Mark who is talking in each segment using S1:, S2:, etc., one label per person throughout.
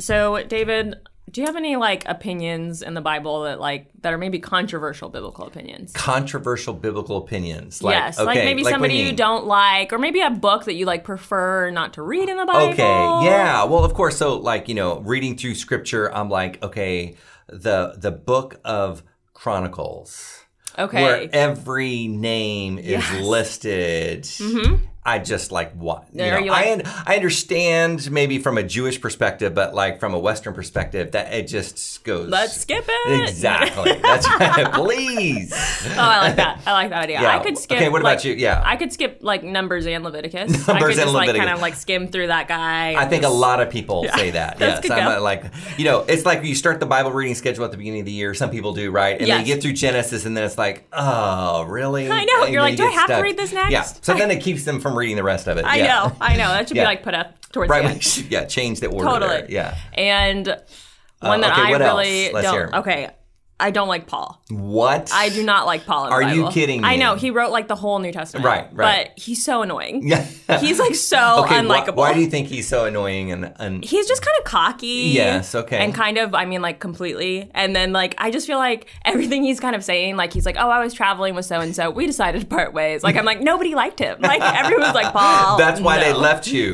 S1: So, David, do you have any like opinions in the Bible that like that are maybe controversial biblical opinions?
S2: Controversial biblical opinions. Like,
S1: yes,
S2: okay,
S1: like maybe
S2: what do
S1: somebody
S2: you
S1: you
S2: mean?
S1: don't like, or maybe a book that you like prefer not to read in the Bible.
S2: Okay, yeah. Well, of course. So, like, you know, reading through scripture, I'm like, okay, the the book of Chronicles,
S1: Okay.
S2: where every name is
S1: Yes.
S2: listed. I just like what you
S1: Are
S2: know,
S1: you like-
S2: I un- I understand maybe from a Jewish perspective, but like from a Western perspective, that it just goes.
S1: Let's skip it.
S2: Exactly. That's right. Please.
S1: Oh, I like that. I like that idea.
S2: Yeah.
S1: I could skip.
S2: Okay, what
S1: like-
S2: about you? Yeah.
S1: I could skip like Numbers and Leviticus. I could
S2: Numbers
S1: just
S2: and
S1: like
S2: Leviticus.
S1: kind of like skim through that guy.
S2: I think a lot of people say that.
S1: That's
S2: Yes,
S1: good
S2: I'm
S1: go.
S2: uh, like, you know, it's like you start the Bible reading schedule at the beginning of the year. Some people do, right? And
S1: Yes.
S2: they get through Genesis, and then it's like, oh, really?
S1: I know.
S2: And
S1: You're like,
S2: then you
S1: do I
S2: get
S1: have to read this next?
S2: Yeah. So then it keeps them from reading the rest of it.
S1: I
S2: yeah.
S1: know. I know. That should be
S2: Yeah.
S1: like put up towards
S2: Right?
S1: the
S2: we
S1: end.
S2: should- yeah. Change the order.
S1: Totally.
S2: there. Yeah. Uh,
S1: And one that
S2: okay,
S1: I
S2: what else?
S1: really
S2: Let's
S1: don't.
S2: hear 'em.
S1: Okay. I don't like Paul.
S2: What?
S1: I do not like Paul. In the
S2: Are you
S1: Bible.
S2: kidding me?
S1: I know he wrote like the whole New Testament.
S2: Right, right.
S1: But he's so annoying.
S2: Yeah.
S1: He's like so
S2: Okay. wh-
S1: unlikable.
S2: why do you think he's so annoying and, and
S1: he's just kind of cocky.
S2: Yes, okay.
S1: And kind of, I mean, like completely. And then, like, I just feel like everything he's kind of saying, like, he's like, oh, I was traveling with so and so. We decided to part ways. Like, I'm like, nobody liked him. Like, everyone's like, Paul.
S2: That's why they
S1: Oh, no.
S2: left you.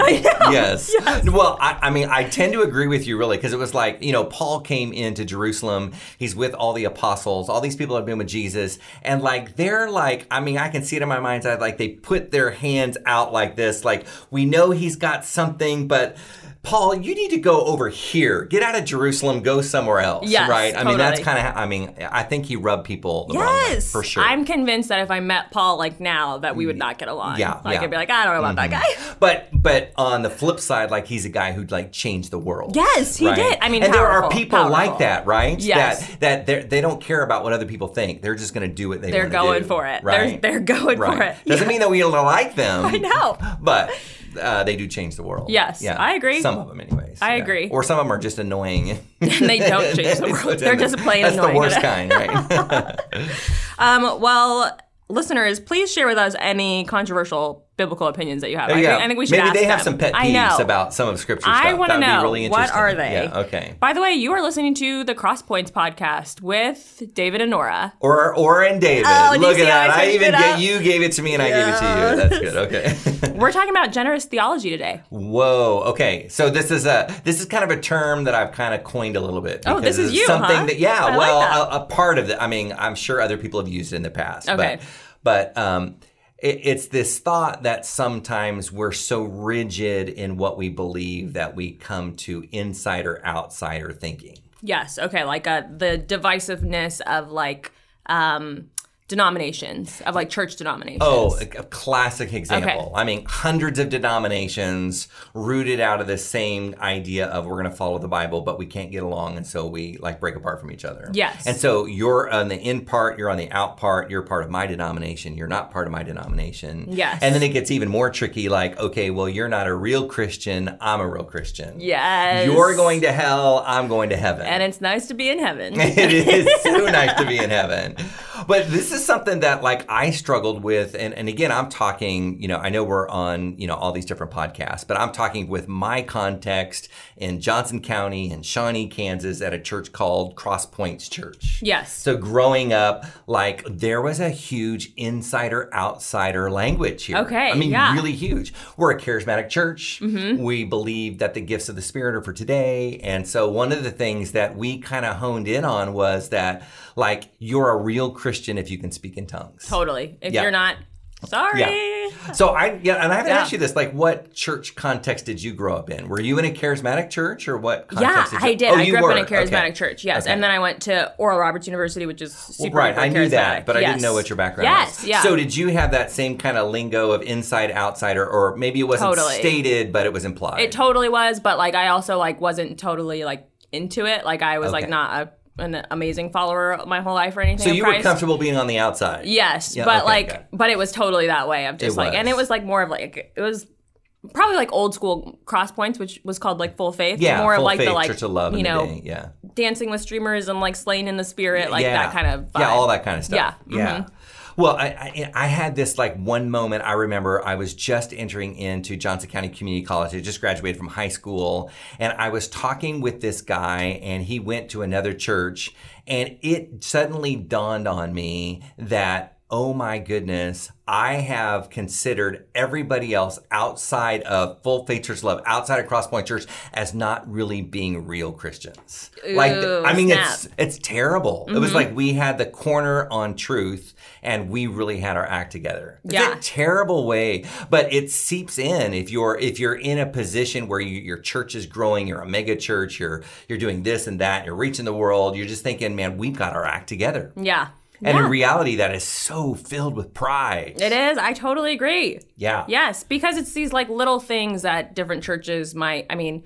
S2: Yes. Well, I, I mean, I tend to agree with you really because it was like, you know, Paul came into Jerusalem. He's with all the apostles. All these people have been with Jesus. And like, they're like, I mean, I can see it in my mind's eye. Like, they put their hands out like this. Like, we know he's got something, but. Paul, you need to go over here. Get out of Jerusalem. Go somewhere else.
S1: Yes,
S2: right. I mean, that's
S1: totally.
S2: kind of. I mean, I think he rubbed people the wrong way
S1: Yes.
S2: for sure. Mm.
S1: I'm convinced that if I met Paul, like, now, that we would not get along.
S2: Yeah,
S1: Like,
S2: yeah. Mm-hmm.
S1: I'd be like, I don't know about that guy.
S2: But but on the flip side, like he's a guy who'd like change the world.
S1: Yes, he did. I mean,
S2: and there are
S1: powerful,
S2: people like
S1: powerful.
S2: that, right?
S1: Yes.
S2: That that they're- they don't care about what other people think. They're just going to do what they.
S1: They're
S2: wanna
S1: going
S2: do,
S1: for it.
S2: Right.
S1: They're, they're going
S2: right.
S1: for it.
S2: Doesn't mean that we don't like them. I
S1: know.
S2: But. Uh, they do change the world.
S1: Yes, I agree.
S2: Some of them, anyways.
S1: I agree.
S2: Or some of them are just annoying.
S1: And they don't change the world. They're just plain
S2: That's
S1: annoying.
S2: the worst kind, right?
S1: Um, well, listeners, please share with us any controversial biblical opinions that you have. I,
S2: Yeah.
S1: think, I think we should
S2: Maybe
S1: ask
S2: they have
S1: them.
S2: some pet
S1: I know.
S2: peeves about some of Scripture
S1: I
S2: stuff.
S1: want to
S2: That would be
S1: know
S2: really
S1: what are
S2: interesting.
S1: they?
S2: Yeah, okay.
S1: By the way, you are listening to the Crosspoints podcast with David and Nora.
S2: Or or and David.
S1: Oh, do you
S2: Look
S1: see
S2: at
S1: how I
S2: that. I
S1: switched it
S2: even
S1: up?
S2: get you gave it to me and I gave it to you. That's good. Okay.
S1: We're talking about generous theology today.
S2: Whoa. Okay. So this is a this is kind of a term that I've kind of coined a little bit.
S1: Oh,
S2: because
S1: this is
S2: it's
S1: you,
S2: Something
S1: huh?
S2: that yeah.
S1: I like
S2: well,
S1: that.
S2: A, a part of the. I mean, I'm sure other people have used it in the past.
S1: Okay.
S2: But, but um, it, it's this thought that sometimes we're so rigid in what we believe that we come to insider outsider thinking.
S1: Yes. Okay. Like uh, the divisiveness of like um, denominations of like church denominations.
S2: Oh, a, a classic example. I mean, hundreds of denominations rooted out of the same idea of we're going to follow the Bible, but we can't get along, and so we like break apart from each other.
S1: Yes.
S2: And so you're on the in part, you're on the out part, you're part of my denomination, you're not part of my denomination.
S1: Yes.
S2: And then it gets even more tricky. Like, okay, well, you're not a real Christian, I'm a real Christian.
S1: yes.
S2: You're going to hell, I'm going to heaven
S1: and it's nice to be in heaven.
S2: it is so nice to be in heaven. But this is something that like I struggled with and, and again I'm talking, you know, I know we're on, you know, all these different podcasts, but I'm talking with my context in Johnson County and Shawnee, Kansas at a church called Cross Points Church.
S1: Yes.
S2: So growing up, like there was a huge insider outsider language here.
S1: Okay,
S2: I mean
S1: yeah.
S2: really huge. We're a charismatic church.
S1: Mm-hmm.
S2: We believe that the gifts of the Spirit are for today. And so, one of the things that we kind of honed in on was that, like, you're a real Christian if you can speak in tongues.
S1: totally. If
S2: Yeah.
S1: you're not, sorry.
S2: So, I, yeah, and I haven't
S1: Yeah.
S2: asked you this, like, what church context did you grow up in? Were you in a charismatic church or what
S1: Yeah,
S2: context
S1: I
S2: you-
S1: did.
S2: Oh,
S1: I
S2: you
S1: grew up in
S2: were.
S1: a charismatic
S2: Okay.
S1: church. Yes,
S2: Okay.
S1: and then I went to Oral Roberts University, which is super
S2: Right,
S1: duper
S2: I knew that,
S1: charismatic.
S2: but I
S1: Yes.
S2: didn't know what your background
S1: Yes,
S2: was.
S1: yeah.
S2: So, did you have that same kind of lingo of inside outsider, or maybe it wasn't
S1: Totally.
S2: stated, but it was implied?
S1: it totally was, but like I also like wasn't totally like into it. Like I was like
S2: Okay.
S1: not a, an amazing follower my whole life or anything.
S2: So
S1: of
S2: you were
S1: Christ.
S2: comfortable being on the outside.
S1: Yes,
S2: Yeah,
S1: but
S2: okay,
S1: like,
S2: got it.
S1: but it was totally that way. of just
S2: It
S1: like, and it
S2: was.
S1: was like more of like it was probably like old school cross points, which was called like full faith.
S2: Yeah,
S1: more
S2: full
S1: of like
S2: faith,
S1: the like
S2: church of love,
S1: you
S2: in the
S1: know,
S2: day, yeah,
S1: dancing with streamers and like slain in the spirit, like
S2: yeah.
S1: that kind of vibe.
S2: yeah, all that kind of stuff.
S1: Yeah, Mm-hmm.
S2: yeah. Well, I, I, I had this like one moment I remember I was just entering into Johnson County Community College. I just graduated from high school and I was talking with this guy and he went to another church and it suddenly dawned on me that oh my goodness, I have considered everybody else outside of Full Faith Church Love, outside of Cross Point Church, as not really being real Christians.
S1: Ooh,
S2: like, I mean,
S1: snap.
S2: it's it's terrible. It
S1: Mm-hmm.
S2: was like we had the corner on truth, and we really had our act together. It's
S1: Yeah.
S2: a terrible way, but it seeps in if you're if you're in a position where you, your church is growing, you're a mega church, you're you're doing this and that, you're reaching the world. You're just thinking, man, we've got our act together.
S1: Yeah.
S2: And
S1: yeah.
S2: in reality, that is so filled with pride.
S1: it is. I totally agree.
S2: Yeah.
S1: Yes, because it's these like little things that different churches might. I mean,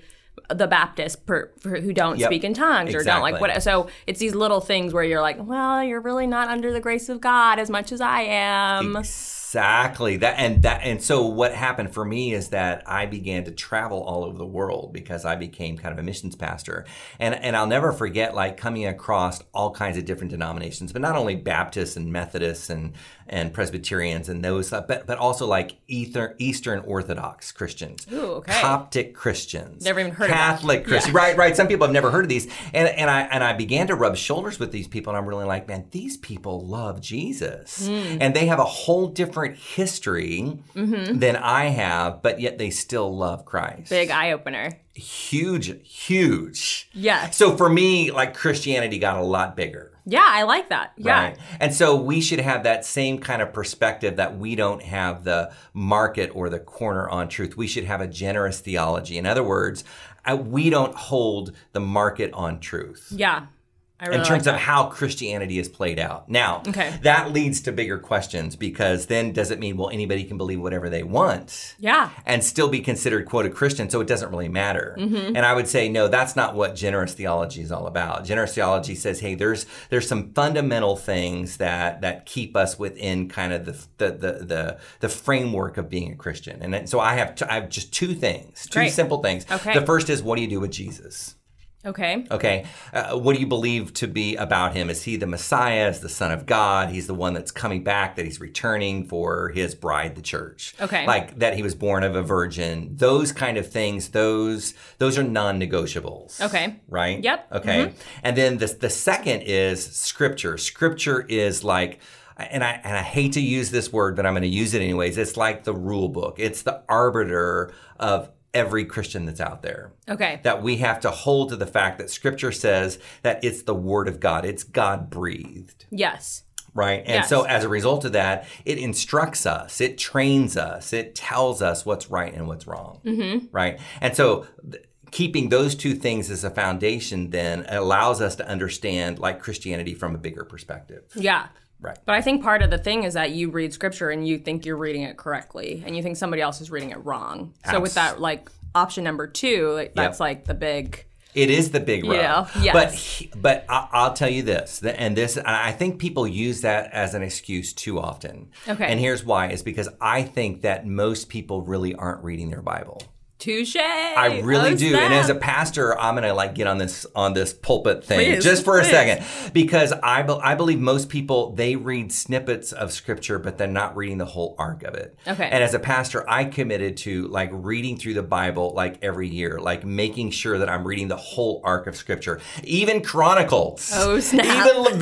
S1: the Baptists per, for, who don't
S2: Yep.
S1: speak in tongues or don't like
S2: Exactly.
S1: what. So it's these little things where you're like, well, you're really not under the grace of God as much as I am.
S2: Exactly. That and that and so what happened for me is that I began to travel all over the world because I became kind of a missions pastor. And and I'll never forget like coming across all kinds of different denominations, but not only Baptists and Methodists and and Presbyterians and those uh, but but also like Ether, Eastern Orthodox Christians.
S1: Ooh, okay.
S2: Coptic Christians.
S1: Never even heard of that.
S2: Catholic Christians. Right, right. Some people have never heard of these. And and I and I began to rub shoulders with these people and I'm really like, man, these people love Jesus.
S1: Hmm.
S2: And they have a whole different history than I have, but yet they still love Christ.
S1: Mm-hmm. Big eye opener.
S2: Huge, huge.
S1: Yes.
S2: So for me, like Christianity got a lot bigger.
S1: yeah, I like that. Yeah.
S2: Right. And so we should have that same kind of perspective that we don't have the market or the corner on truth. We should have a generous theology. In other words, uh, we don't hold the market on truth
S1: Yeah. I really
S2: in
S1: like
S2: terms
S1: that.
S2: of how Christianity is played out. Now,
S1: Okay.
S2: that leads to bigger questions because then does it mean, well, anybody can believe whatever they want?
S1: yeah.
S2: and still be considered quote a Christian, so it doesn't really matter.
S1: Mm-hmm.
S2: And I would say no, that's not what generous theology is all about. Generous theology says, hey, there's there's some fundamental things that that keep us within kind of the the the the, the framework of being a Christian. And then- so I have t- I have just two things, two
S1: Great.
S2: simple things.
S1: Okay.
S2: The first is what do you do with Jesus?
S1: Okay.
S2: Okay, uh, what do you believe to be about him? Is he the Messiah? Is the Son of God? He's the one that's coming back, that he's returning for his bride, the church.
S1: Okay.
S2: like that he was born of a virgin. Those kind of things. Those those are non-negotiables.
S1: Okay.
S2: right.
S1: Yep. Mm-hmm.
S2: Okay, and then the the second is scripture. Scripture is like. And I and I hate to use this word, but I'm going to use it anyways. It's like the rule book. It's the arbiter of every Christian that's out there
S1: Okay.
S2: that we have to hold to the fact that scripture says that it's the word of God. It's God breathed,
S1: yes.
S2: right? And
S1: Yes.
S2: so as a result of that, it instructs us, it trains us, it tells us what's right and what's wrong, right? And so th- keeping those two things as a foundation then allows us to understand like Christianity from a bigger perspective.
S1: Yeah.
S2: Right.
S1: But I think part of the thing is that you read scripture and you think you're reading it correctly and you think somebody else is reading it wrong. So with that like option number 2, like, that's like the big
S2: It is the big rub.
S1: know, yes.
S2: But he- but I, I'll tell you this, th- and this, and I think people use that as an excuse too often.
S1: Okay.
S2: And here's why: is because I think that most people really aren't reading their Bible.
S1: touche.
S2: I really
S1: Oh,
S2: do. And
S1: snap.
S2: as a pastor, I'm gonna like get on this on this pulpit thing
S1: Please,
S2: just for
S1: please.
S2: a second because I be- I believe most people they read snippets of scripture, but they're not reading the whole arc of it.
S1: Okay.
S2: And as a pastor, I committed to like reading through the Bible like every year, like making sure that I'm reading the whole arc of scripture, even Chronicles.
S1: Oh, snap.
S2: Even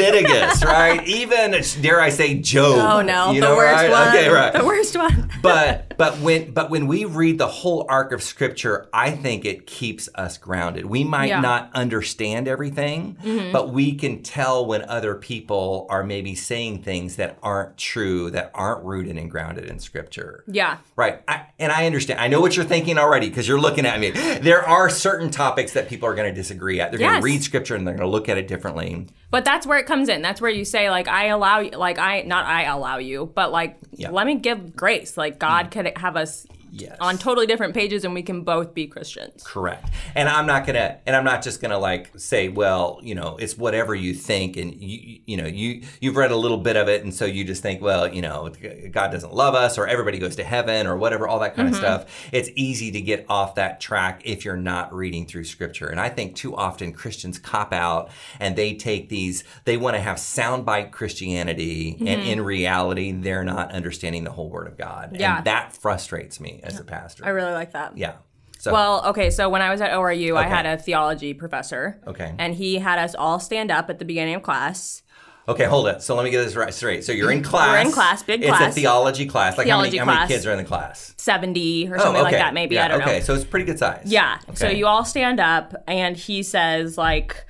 S2: Leviticus, right? Even dare I say Job.
S1: Oh no,
S2: You
S1: the
S2: know,
S1: worst
S2: right?
S1: one.
S2: Okay, right
S1: The worst one.
S2: but but when but when we read the whole arc of scripture i think it keeps us grounded we might
S1: Yeah. Mm-hmm.
S2: not understand everything but we can tell when other people are maybe saying things that aren't true that aren't rooted and grounded in scripture
S1: yeah.
S2: Right. I, and I understand. I know what you're thinking already because you're looking at me. There are certain topics that people are going to disagree at. They're going
S1: Yes.
S2: to read scripture and they're going to look at it differently.
S1: But that's where it comes in. That's where you say like I allow
S2: Mm.
S1: you like I not I allow you, but like let me give grace. Like God could have us
S2: Yes.
S1: on totally different pages and we can both be Christians.
S2: Correct. And I'm not gonna, and I'm not just gonna like say, well, you know, it's whatever you think, and you, you know, you you've read a little bit of it, and so you just think, well, you know, God doesn't love us, or everybody goes to heaven, or whatever, all that kind
S1: Mm-hmm.
S2: of stuff. It's easy to get off that track if you're not reading through Scripture. And I think too often Christians cop out, and they take these, they want to have soundbite Christianity,
S1: Mm-hmm.
S2: and in reality, they're not understanding the whole Word of God.
S1: Yeah.
S2: And that frustrates me as a pastor.
S1: I really like that.
S2: yeah. So
S1: Well, okay, so when I was at ORU, I
S2: Okay.
S1: had a theology professor.
S2: Okay.
S1: And he had us all stand up at the beginning of class.
S2: Okay, hold it. So let me get this right straight. So you're in class.
S1: in class, big
S2: it's
S1: class.
S2: a theology class. Like
S1: Theology
S2: how many, how
S1: class.
S2: many kids are in the class?
S1: 70 or something like that, maybe.
S2: Yeah,
S1: I don't
S2: Oh, okay.
S1: know.
S2: So it's pretty good size.
S1: Yeah. So
S2: Okay.
S1: you all stand up, and he says, like,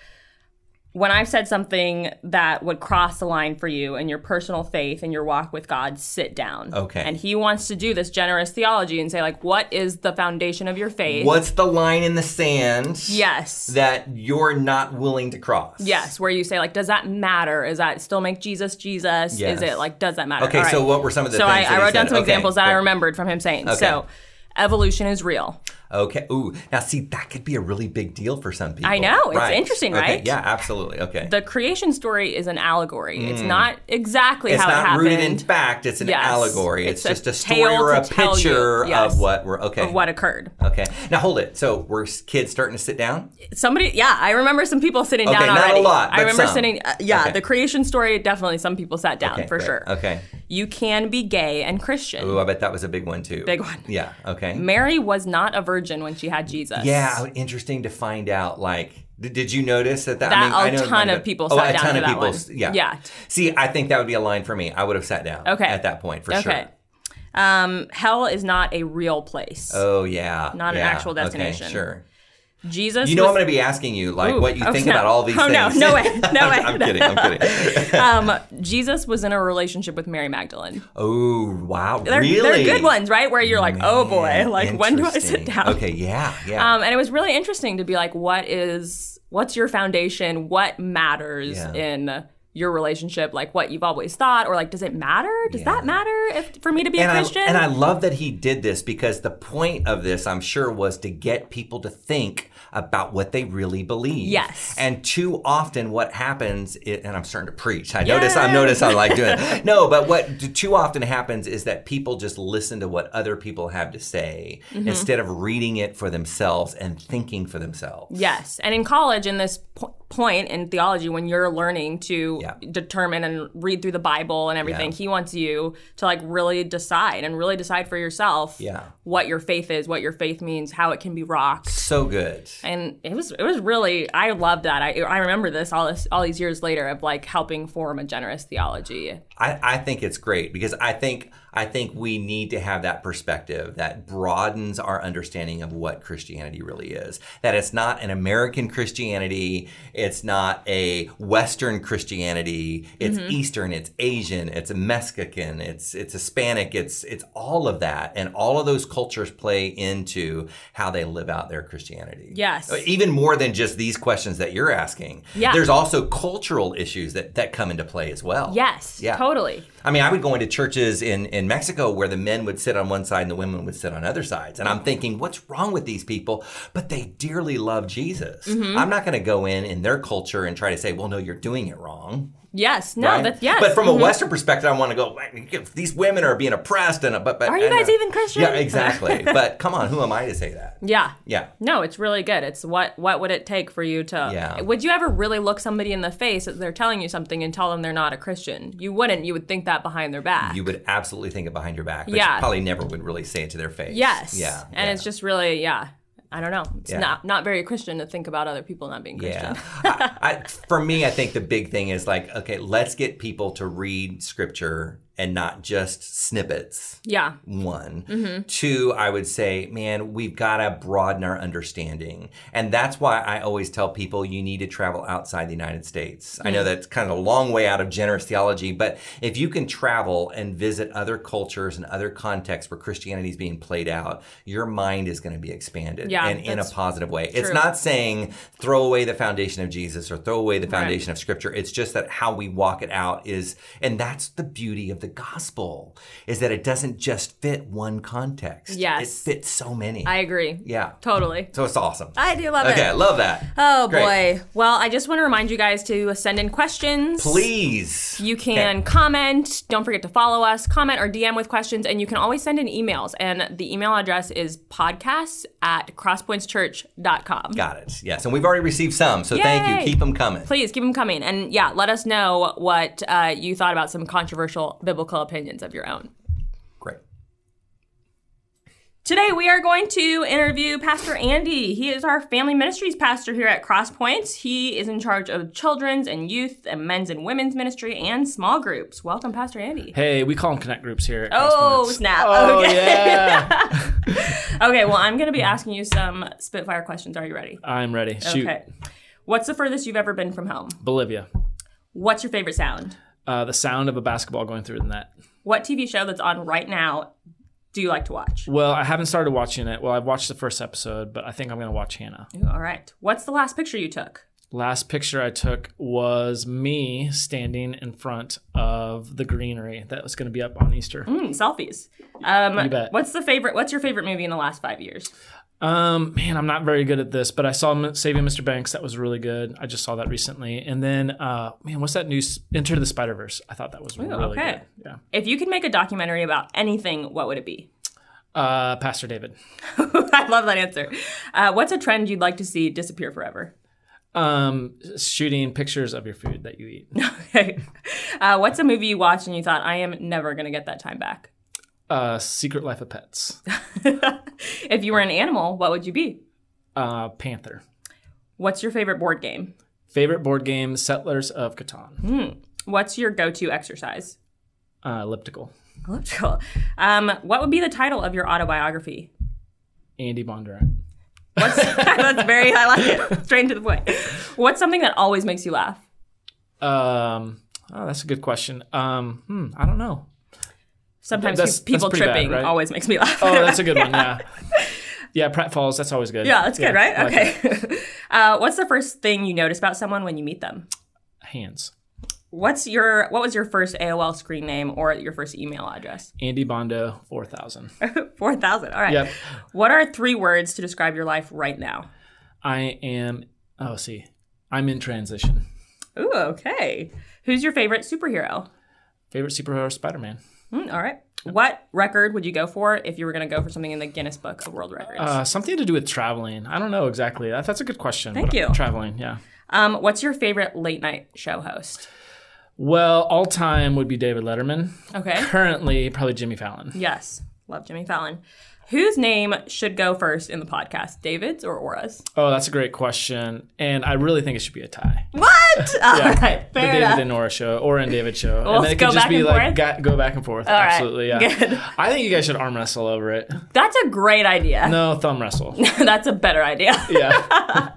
S1: when I've said something that would cross the line for you in your personal faith and your walk with God, sit down.
S2: Okay.
S1: And he wants to do this generous theology and say, like, what is the foundation of your faith?
S2: What's the line in the sand?
S1: Yes.
S2: That you're not willing to cross.
S1: yes. Where you say, like, does that matter? Is that still make Jesus Jesus?
S2: Yes.
S1: Is it like, does that matter?
S2: Okay.
S1: All right.
S2: So what were some of the
S1: so
S2: things?
S1: I,
S2: that
S1: I
S2: he
S1: wrote down
S2: said?
S1: some
S2: Okay,
S1: examples that I
S2: great.
S1: remembered from him saying. So evolution is real.
S2: Okay. Ooh. Now see, that could be a really big deal for some people.
S1: I know. It's
S2: Right.
S1: interesting,
S2: Okay,
S1: right?
S2: Yeah. Absolutely. Okay.
S1: The creation story is an allegory. It's not exactly
S2: Hmm. it's
S1: how
S2: not
S1: it happened.
S2: rooted in fact. It's an
S1: Yes.
S2: allegory. It's,
S1: It's a
S2: just a story
S1: tale
S2: or
S1: to
S2: a
S1: tell you.
S2: picture
S1: Yes.
S2: of what we're. Okay.
S1: of what occurred.
S2: Okay. Now hold it. So were s- kids starting to sit down?
S1: Somebody, yeah, I remember some people sitting
S2: Okay,
S1: down
S2: not a
S1: already.
S2: lot,
S1: I
S2: but
S1: remember
S2: some.
S1: sitting. Uh, yeah,
S2: Okay.
S1: the creation story. Definitely, some people sat down
S2: Okay,
S1: for
S2: great.
S1: sure.
S2: Okay.
S1: You can be gay and Christian.
S2: Ooh, I bet that was a big one too.
S1: Big one.
S2: Yeah. Okay.
S1: Mary was not a virgin when she had Jesus.
S2: yeah. oh, Interesting to find out. Like, did, did you notice that? That,
S1: That
S2: I
S1: a
S2: mean, I know it
S1: ton
S2: might have
S1: of
S2: been-
S1: people
S2: Oh,
S1: sat
S2: a
S1: down
S2: ton
S1: for
S2: of
S1: that
S2: people.
S1: one.
S2: s- Yeah.
S1: Yeah.
S2: See, I think that would be a line for me. I would have sat down.
S1: Okay.
S2: At that point, for
S1: Okay.
S2: sure.
S1: Um, hell is not a real place.
S2: Oh yeah.
S1: Not an
S2: Yeah.
S1: actual destination.
S2: Okay, sure.
S1: Jesus.
S2: You know,
S1: was,
S2: I'm going to be asking you like
S1: Ooh,
S2: what you
S1: oh,
S2: think
S1: no.
S2: about all these
S1: Oh, no.
S2: things.
S1: No way. No way.
S2: I'm kidding. I'm kidding.
S1: um, Jesus was in a relationship with Mary Magdalene.
S2: oh wow.
S1: They're,
S2: really?
S1: they're good ones, right? Where you're like, oh boy,
S2: Man,
S1: like when do I sit
S2: interesting.
S1: down?
S2: Okay. Yeah. Yeah.
S1: Um, and it was really interesting to be like, what is, what's your foundation? What matters
S2: Yeah.
S1: in your relationship? Like what you've always thought, or like, does it matter? Does
S2: Yeah.
S1: that matter if, for me to be
S2: and
S1: a
S2: I,
S1: Christian?
S2: and I love that he did this because the point of this, I'm sure, was to get people to think about what they really believe.
S1: Yes.
S2: And too often, what happens, i and I'm starting to preach. I notice, I
S1: Yay!
S2: notice, I like doing it. No, but what t- too often happens is that people just listen to what other people have to say
S1: Mm-hmm.
S2: instead of reading it for themselves and thinking for themselves.
S1: Yes. And in college, in this po- point in theology, when you're learning to
S2: Yeah.
S1: determine and read through the Bible and everything,
S2: Yeah.
S1: he wants you to like really decide and really decide for yourself
S2: Yeah.
S1: what your faith is, what your faith means, how it can be rocked.
S2: So good.
S1: And it was it was really I loved that. I I remember this all this all these years later of like helping form a generous theology.
S2: I, I think it's great because I think I think we need to have that perspective that broadens our understanding of what Christianity really is. That it's not an American Christianity, it's not a Western Christianity, it's
S1: Mm-hmm.
S2: Eastern, it's Asian, it's Mexican, it's it's Hispanic, it's it's all of that, and all of those cultures play into how they live out their Christianity.
S1: Yes.
S2: even more than just these questions that you're asking.
S1: Yeah.
S2: there's also cultural issues that that come into play as well.
S1: Yes,
S2: Yeah.
S1: totally.
S2: I mean, I would go into churches in, in Mexico where the men would sit on one side and the women would sit on other sides. And I'm thinking, what's wrong with these people? But they dearly love Jesus.
S1: Mm-hmm.
S2: I'm not going to go in in their culture and try to say, well, no, you're doing it wrong.
S1: Yes. No,
S2: right?
S1: that's yes. Mm-hmm.
S2: But from a Western perspective, I want to go, these women are being oppressed. And but, but
S1: Are you
S2: and,
S1: guys
S2: uh,
S1: even Christian?
S2: Yeah, exactly. but come on, who am I to say that?
S1: yeah.
S2: Yeah.
S1: No, it's really good. It's what what would it take for you to
S2: Yeah.
S1: Would you ever really look somebody in the face as they're telling you something and tell them they're not a Christian? You wouldn't. You would think that behind their back.
S2: You would absolutely think it behind your back, but
S1: Yeah.
S2: you probably never would really say it to their face.
S1: yes.
S2: Yeah.
S1: And
S2: yeah.
S1: it's just really yeah. I don't know. It's
S2: Yeah.
S1: not not very Christian to think about other people not being Christian.
S2: Yeah. I, I, for me, I think the big thing is like, okay, let's get people to read scripture and not just snippets.
S1: Yeah.
S2: One. Two, I would say, man, we've got to broaden our understanding. And that's why I always tell people you need to travel outside the United States. I know that's kind of a long way out of generous theology, but if you can travel and visit other cultures and other contexts where Christianity is being played out, your mind is going to be expanded
S1: Yeah,
S2: and in a
S1: that's
S2: positive way. It's
S1: True.
S2: not saying throw away the foundation of Jesus or throw away the foundation of Scripture. It's just that how we walk it out is, and that's the beauty of the gospel is that it doesn't just fit one context.
S1: Yes.
S2: It fits so many.
S1: I agree.
S2: yeah.
S1: Totally.
S2: So it's awesome.
S1: I do love it.
S2: Okay, I love that.
S1: Oh
S2: Great.
S1: boy. Well, I just want to remind you guys to send in questions.
S2: Please.
S1: You can comment. Don't forget to follow us, comment or DM with questions, and you can always send in emails. And the email address is podcasts at crosspointschurch.com.
S2: Got it. Yes. And we've already received some, so thank
S1: Yay.
S2: you. Keep them coming.
S1: Please keep them coming. And yeah, let us know what uh, you thought about some controversial biblical opinions of your own.
S2: Great.
S1: Today, we are going to interview Pastor Andy. He is our family ministries pastor here at Cross Points. He is in charge of children's and youth and men's and women's ministry and small groups. Welcome, Pastor Andy.
S3: Hey, we call them connect groups here. At
S1: Oh,
S3: Crosspoints.
S1: snap.
S3: Oh,
S1: okay.
S3: yeah.
S1: Okay, well, I'm going to be asking you some Spitfire questions. Are you ready?
S3: I'm ready. Shoot.
S1: Okay. What's the furthest you've ever been from home?
S3: Bolivia.
S1: What's your favorite sound?
S3: Uh, the sound of a basketball going through the net.
S1: What TV show that's on right now do you like to watch?
S3: Well, I haven't started watching it. Well, I've watched the first episode, but I think I'm going to watch Hannah.
S1: Ooh, all right. What's the last picture you took?
S3: Last picture I took was me standing in front of the greenery that was going to be up on Easter.
S1: Hmm, selfies. Um,
S3: You bet.
S1: What's the favorite? What's your favorite movie in the last five years?
S3: Um, man, I'm not very good at this, but I saw M- Saving Mr. Banks. That was really good. I just saw that recently. And then, uh, man, what's that new? s- Enter the Spider Verse. I thought that was really
S1: okay.
S3: good. Yeah.
S1: If you could make a documentary about anything, what would it be?
S3: Uh, Pastor David.
S1: I love that answer. Uh, what's a trend you'd like to see disappear forever?
S3: Um, shooting pictures of your food that you eat.
S1: Okay. Uh, what's a movie you watched and you thought, I am never going to get that time back?
S3: Uh, Secret Life of Pets.
S1: if you were an animal, what would you be?
S3: Uh, Panther.
S1: What's your favorite board game?
S3: Favorite board game: Settlers of Catan.
S1: What's your go to exercise?
S3: Uh, elliptical.
S1: Elliptical. Um, what would be the title of your autobiography?
S3: Andy Bondurant.
S1: What's, that's very, I like it. Straight to the point. What's something that always makes you laugh?
S3: Um, oh, that's a good question. Um, hmm, I don't know.
S1: Sometimes
S3: That's-
S1: pe- people
S3: that's pretty bad,
S1: tripping
S3: right?
S1: always makes me laugh.
S3: Oh, that's a good one. Yeah. Yeah, Pratt Falls. That's always good.
S1: yeah, that's good, right?
S3: I like it.
S1: okay. uh, what's the first thing you notice about someone when you meet them?
S3: Hands.
S1: What's your what was your first AOL screen name or your first email address?
S3: Andy Bondo, four thousand.
S1: Four thousand. All right.
S3: Yep.
S1: What are three words to describe your life right now?
S3: I am. Oh, see, I'm in transition.
S1: Ooh, okay. Who's your favorite superhero?
S3: Favorite superhero: Spider Man.
S1: Hmm, all right. What record would you go for if you were going to go for something in the Guinness Book of World Records?
S3: Uh, something to do with traveling. I don't know exactly. That, that's a good question.
S1: Thank
S3: What-
S1: you.
S3: Traveling, yeah.
S1: um, what's your favorite late night show host?
S3: Well, all time would be David Letterman.
S1: Okay.
S3: Currently, probably Jimmy Fallon.
S1: Yes. Love Jimmy Fallon. Whose name should go first in the podcast, David's or Aura's?
S3: Oh, that's a great question, and I really think it should be a tie.
S1: What? All right.
S3: the
S1: Fair
S3: David
S1: enough.
S3: and Nora show, or and David show, and
S1: let's
S3: it
S1: go
S3: could just
S1: back
S3: be
S1: and
S3: like
S1: forth?
S3: ga- go back and forth.
S1: right.
S3: Absolutely, yeah.
S1: Good.
S3: I think you guys should arm wrestle over it.
S1: That's a great idea.
S3: No thumb wrestle.
S1: That's a better idea.
S3: yeah.